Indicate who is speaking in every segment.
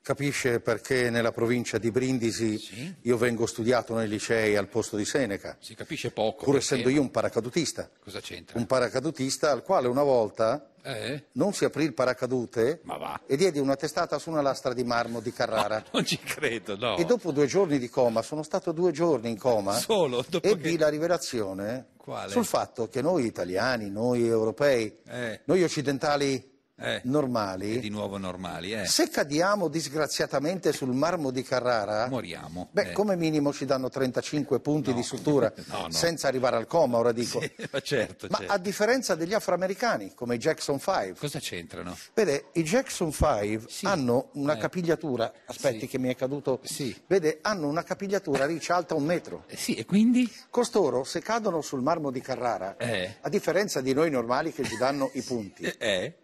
Speaker 1: Capisce perché nella provincia di Brindisi io vengo studiato nei licei al posto di Seneca,
Speaker 2: Si capisce poco.
Speaker 1: pur
Speaker 2: perché- Certo.
Speaker 1: essendo io un paracadutista.
Speaker 2: Cosa c'entra?
Speaker 1: Un paracadutista al quale una volta
Speaker 2: Eh?
Speaker 1: non si aprì il paracadute
Speaker 2: Ma va.
Speaker 1: e diede una testata su una lastra di marmo di Carrara.
Speaker 2: Non ci credo, no.
Speaker 1: Ah. E dopo due giorni di coma, sono stato due giorni in coma,
Speaker 2: Solo? Dopo
Speaker 1: ebbi
Speaker 2: che-
Speaker 1: la rivelazione
Speaker 2: Quale?
Speaker 1: sul fatto che noi italiani, noi europei,
Speaker 2: Eh.
Speaker 1: noi occidentali
Speaker 2: Eh.
Speaker 1: normali,
Speaker 2: Di nuovo normali, eh.
Speaker 1: se cadiamo disgraziatamente sul marmo di Carrara,
Speaker 2: Moriamo.
Speaker 1: Beh,
Speaker 2: eh.
Speaker 1: come minimo ci danno 35 punti di sutura,
Speaker 2: No, no.
Speaker 1: senza arrivare al coma, ora dico.
Speaker 2: Ma certo,
Speaker 1: Ma
Speaker 2: certo.
Speaker 1: a differenza degli afroamericani, come i Jackson 5,
Speaker 2: Cosa c'entrano?
Speaker 1: vede, i Jackson 5
Speaker 2: Sì.
Speaker 1: hanno una
Speaker 2: Eh.
Speaker 1: capigliatura, aspetti
Speaker 2: Sì.
Speaker 1: che mi è caduto,
Speaker 2: Sì.
Speaker 1: vede, hanno una capigliatura riccia alta un metro.
Speaker 2: Eh, sì, e quindi?
Speaker 1: Costoro, se cadono sul marmo di Carrara,
Speaker 2: Eh.
Speaker 1: a differenza di noi normali che ci danno i punti,
Speaker 2: Eh? eh?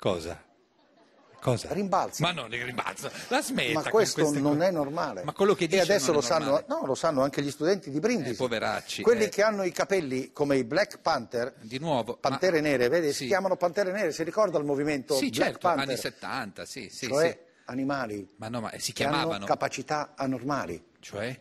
Speaker 2: Cosa? Cosa?
Speaker 1: Rimbalza.
Speaker 2: Ma non li rimbalza. La smetta.
Speaker 1: ma
Speaker 2: con
Speaker 1: questo
Speaker 2: queste
Speaker 1: non
Speaker 2: co-
Speaker 1: è normale.
Speaker 2: Ma quello che dice
Speaker 1: e adesso
Speaker 2: non è
Speaker 1: lo sanno,
Speaker 2: normale.
Speaker 1: no, lo sanno anche gli studenti di Brindisi.
Speaker 2: Eh, poveracci,
Speaker 1: Quelli
Speaker 2: eh.
Speaker 1: che hanno i capelli come i Black Panther,
Speaker 2: Di nuovo.
Speaker 1: pantere
Speaker 2: ma-
Speaker 1: nere, vedi, si
Speaker 2: Sì.
Speaker 1: chiamano pantere nere, si ricorda il movimento
Speaker 2: Sì,
Speaker 1: Black
Speaker 2: certo,
Speaker 1: Panther,
Speaker 2: anni 70, sì, sì,
Speaker 1: cioè
Speaker 2: sì.
Speaker 1: animali
Speaker 2: Ma no, ma eh, si
Speaker 1: che hanno
Speaker 2: chiamavano,
Speaker 1: capacità anormali.
Speaker 2: cioè?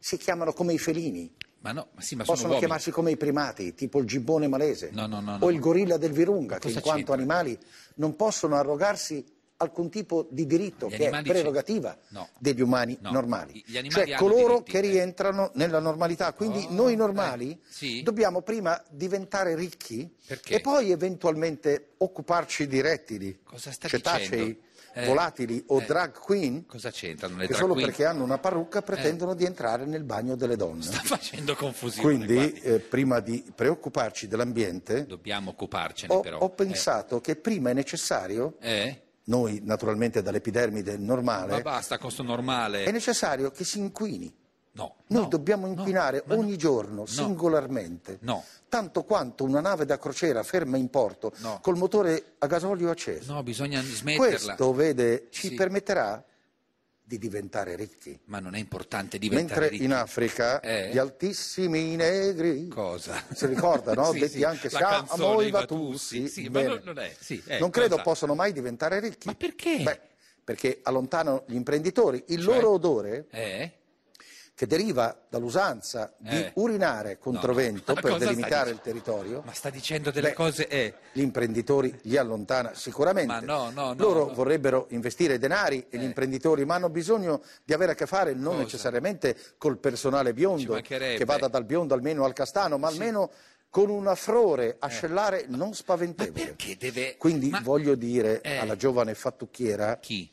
Speaker 1: Si chiamano come i felini,
Speaker 2: Ma no, ma sì, ma
Speaker 1: possono
Speaker 2: sono uomini.
Speaker 1: chiamarsi come i primati, tipo il gibbone malese
Speaker 2: No, no, no, no.
Speaker 1: o il gorilla del Virunga, che
Speaker 2: cosa
Speaker 1: in quanto
Speaker 2: c'entra?
Speaker 1: animali non possono arrogarsi alcun tipo di diritto
Speaker 2: Gli
Speaker 1: che è
Speaker 2: animali c'è-
Speaker 1: prerogativa
Speaker 2: No.
Speaker 1: degli umani
Speaker 2: No.
Speaker 1: normali,
Speaker 2: Gli animali
Speaker 1: cioè
Speaker 2: hanno
Speaker 1: coloro
Speaker 2: diritti,
Speaker 1: che
Speaker 2: eh. Oh,
Speaker 1: rientrano nella normalità. Quindi noi normali
Speaker 2: eh, sì.
Speaker 1: dobbiamo prima diventare ricchi
Speaker 2: Perché?
Speaker 1: e poi eventualmente occuparci di rettili,
Speaker 2: Cosa sta
Speaker 1: cetacei,
Speaker 2: dicendo? Eh,
Speaker 1: volatili o
Speaker 2: eh.
Speaker 1: drag queen.
Speaker 2: Cosa c'entrano le
Speaker 1: Che
Speaker 2: drag
Speaker 1: solo
Speaker 2: queen? Eh.
Speaker 1: perché hanno una parrucca pretendono di entrare nel bagno delle donne.
Speaker 2: Sta facendo confusione.
Speaker 1: Quindi,
Speaker 2: guardi.
Speaker 1: eh, prima di preoccuparci dell'ambiente,
Speaker 2: dobbiamo occuparcene
Speaker 1: ho,
Speaker 2: però.
Speaker 1: ho
Speaker 2: Eh,
Speaker 1: pensato che prima è necessario,
Speaker 2: eh?
Speaker 1: noi naturalmente dall'epidermide
Speaker 2: Ma
Speaker 1: normale,
Speaker 2: basta con sto
Speaker 1: è
Speaker 2: normale.
Speaker 1: necessario che si inquini.
Speaker 2: No.
Speaker 1: Noi
Speaker 2: no,
Speaker 1: dobbiamo
Speaker 2: no,
Speaker 1: inquinare
Speaker 2: ma no.
Speaker 1: ogni giorno, singolarmente,
Speaker 2: No.
Speaker 1: tanto quanto una nave da crociera ferma in porto
Speaker 2: No.
Speaker 1: col motore a gasolio acceso.
Speaker 2: No, bisogna smetterla.
Speaker 1: Questo, vede, ci
Speaker 2: Sì.
Speaker 1: permetterà di diventare ricchi.
Speaker 2: Ma non è importante diventare
Speaker 1: Mentre
Speaker 2: ricchi.
Speaker 1: in Africa
Speaker 2: Eh?
Speaker 1: gli altissimi negri
Speaker 2: Cosa?
Speaker 1: si ricorda, no?
Speaker 2: Sì,
Speaker 1: Detti
Speaker 2: sì,
Speaker 1: anche
Speaker 2: la
Speaker 1: Sha
Speaker 2: canzone,
Speaker 1: Amoi
Speaker 2: i
Speaker 1: Vatussi.
Speaker 2: Vatussi. Sì, ma
Speaker 1: Bene.
Speaker 2: non- non è- sì, eh,
Speaker 1: Non credo
Speaker 2: cosa?
Speaker 1: possano mai diventare ricchi.
Speaker 2: Ma perché?
Speaker 1: Beh, perché allontanano gli imprenditori. Il
Speaker 2: Cioè?
Speaker 1: loro odore,
Speaker 2: Eh?
Speaker 1: che deriva dall'usanza di
Speaker 2: Eh.
Speaker 1: urinare contro
Speaker 2: No, no.
Speaker 1: vento
Speaker 2: Ma
Speaker 1: per
Speaker 2: cosa
Speaker 1: delimitare
Speaker 2: stai
Speaker 1: il territorio,
Speaker 2: Ma sta dicendo delle
Speaker 1: Beh,
Speaker 2: cose eh,
Speaker 1: gli imprenditori li allontana sicuramente.
Speaker 2: Ma no, no, no,
Speaker 1: Loro
Speaker 2: no. Eh.
Speaker 1: vorrebbero investire denari e gli imprenditori, ma hanno bisogno di avere a che fare non
Speaker 2: Cosa?
Speaker 1: necessariamente col personale biondo,
Speaker 2: mancherebbe.
Speaker 1: che vada dal biondo almeno al castano, ma almeno con un affrore ascellare non spaventevole.
Speaker 2: Eh. perché deve
Speaker 1: Quindi
Speaker 2: ma-
Speaker 1: voglio dire
Speaker 2: Eh.
Speaker 1: alla giovane fattucchiera
Speaker 2: chi?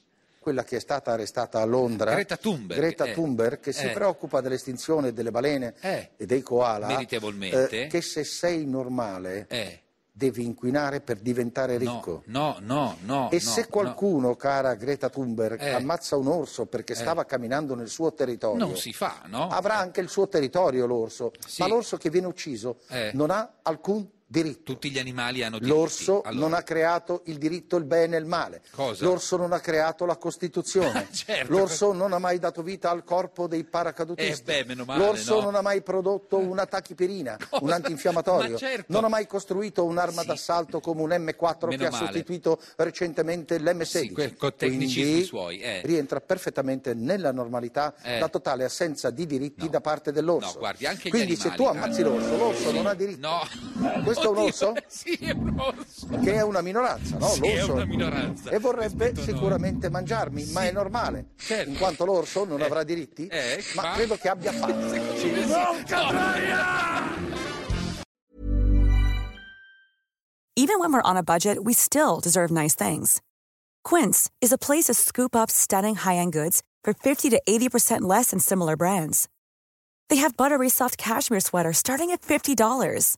Speaker 1: quella che è stata arrestata a Londra,
Speaker 2: Greta Thunberg,
Speaker 1: Greta
Speaker 2: eh.
Speaker 1: Thunberg, che si
Speaker 2: Eh.
Speaker 1: preoccupa dell'estinzione delle balene
Speaker 2: Eh.
Speaker 1: e dei koala,
Speaker 2: Meritevolmente.
Speaker 1: eh, che se sei normale
Speaker 2: Eh.
Speaker 1: devi inquinare per diventare
Speaker 2: No,
Speaker 1: ricco.
Speaker 2: No, no, no.
Speaker 1: E
Speaker 2: no,
Speaker 1: se
Speaker 2: no.
Speaker 1: qualcuno, cara Greta Thunberg,
Speaker 2: Eh.
Speaker 1: ammazza un orso perché stava camminando nel suo territorio,
Speaker 2: Non si fa, no?
Speaker 1: avrà anche il suo territorio l'orso,
Speaker 2: Sì.
Speaker 1: ma l'orso che viene ucciso
Speaker 2: Eh.
Speaker 1: non ha alcun diritto.
Speaker 2: Tutti gli animali hanno diritti.
Speaker 1: L'orso
Speaker 2: Allora,
Speaker 1: non ha creato il diritto, il bene e il male.
Speaker 2: Cosa?
Speaker 1: L'orso non ha creato la Costituzione.
Speaker 2: Certo.
Speaker 1: L'orso non ha mai dato vita al corpo dei paracadutisti.
Speaker 2: Eh beh, meno male,
Speaker 1: L'orso
Speaker 2: no?
Speaker 1: non ha mai prodotto una tachipirina, un antinfiammatorio.
Speaker 2: Ma certo.
Speaker 1: Non ha mai costruito un'arma
Speaker 2: Sì.
Speaker 1: d'assalto come un M4
Speaker 2: Meno
Speaker 1: che ha
Speaker 2: male.
Speaker 1: sostituito recentemente l'M16.
Speaker 2: Sì, que- con tecnicismi
Speaker 1: Quindi
Speaker 2: suoi, eh.
Speaker 1: rientra perfettamente nella normalità
Speaker 2: Eh.
Speaker 1: la totale assenza di diritti
Speaker 2: No.
Speaker 1: da parte dell'orso.
Speaker 2: No, guardi, anche gli
Speaker 1: Quindi se
Speaker 2: animali
Speaker 1: tu ammazzi
Speaker 2: hanno-
Speaker 1: l'orso, l'orso
Speaker 2: Sì.
Speaker 1: non ha diritto.
Speaker 2: No.
Speaker 1: Questo Questo è un
Speaker 2: Oddio,
Speaker 1: orso?
Speaker 2: Sì, è un orso.
Speaker 1: Che è una minoranza, no?
Speaker 2: Sì, è
Speaker 1: L'orso-
Speaker 2: una minoranza.
Speaker 1: E vorrebbe
Speaker 2: Rispetto a noi.
Speaker 1: sicuramente mangiarmi, ma è normale,
Speaker 2: Certo.
Speaker 1: in quanto l'orso non
Speaker 2: Eh.
Speaker 1: avrà diritti,
Speaker 2: Eh,
Speaker 1: ma
Speaker 2: ma-
Speaker 1: credo che abbia fame.
Speaker 3: Even when we're on a budget, we still deserve nice things. Quince is a place to scoop up stunning high-end goods for 50 to 80% less than similar brands. They have buttery soft cashmere sweaters starting at $50,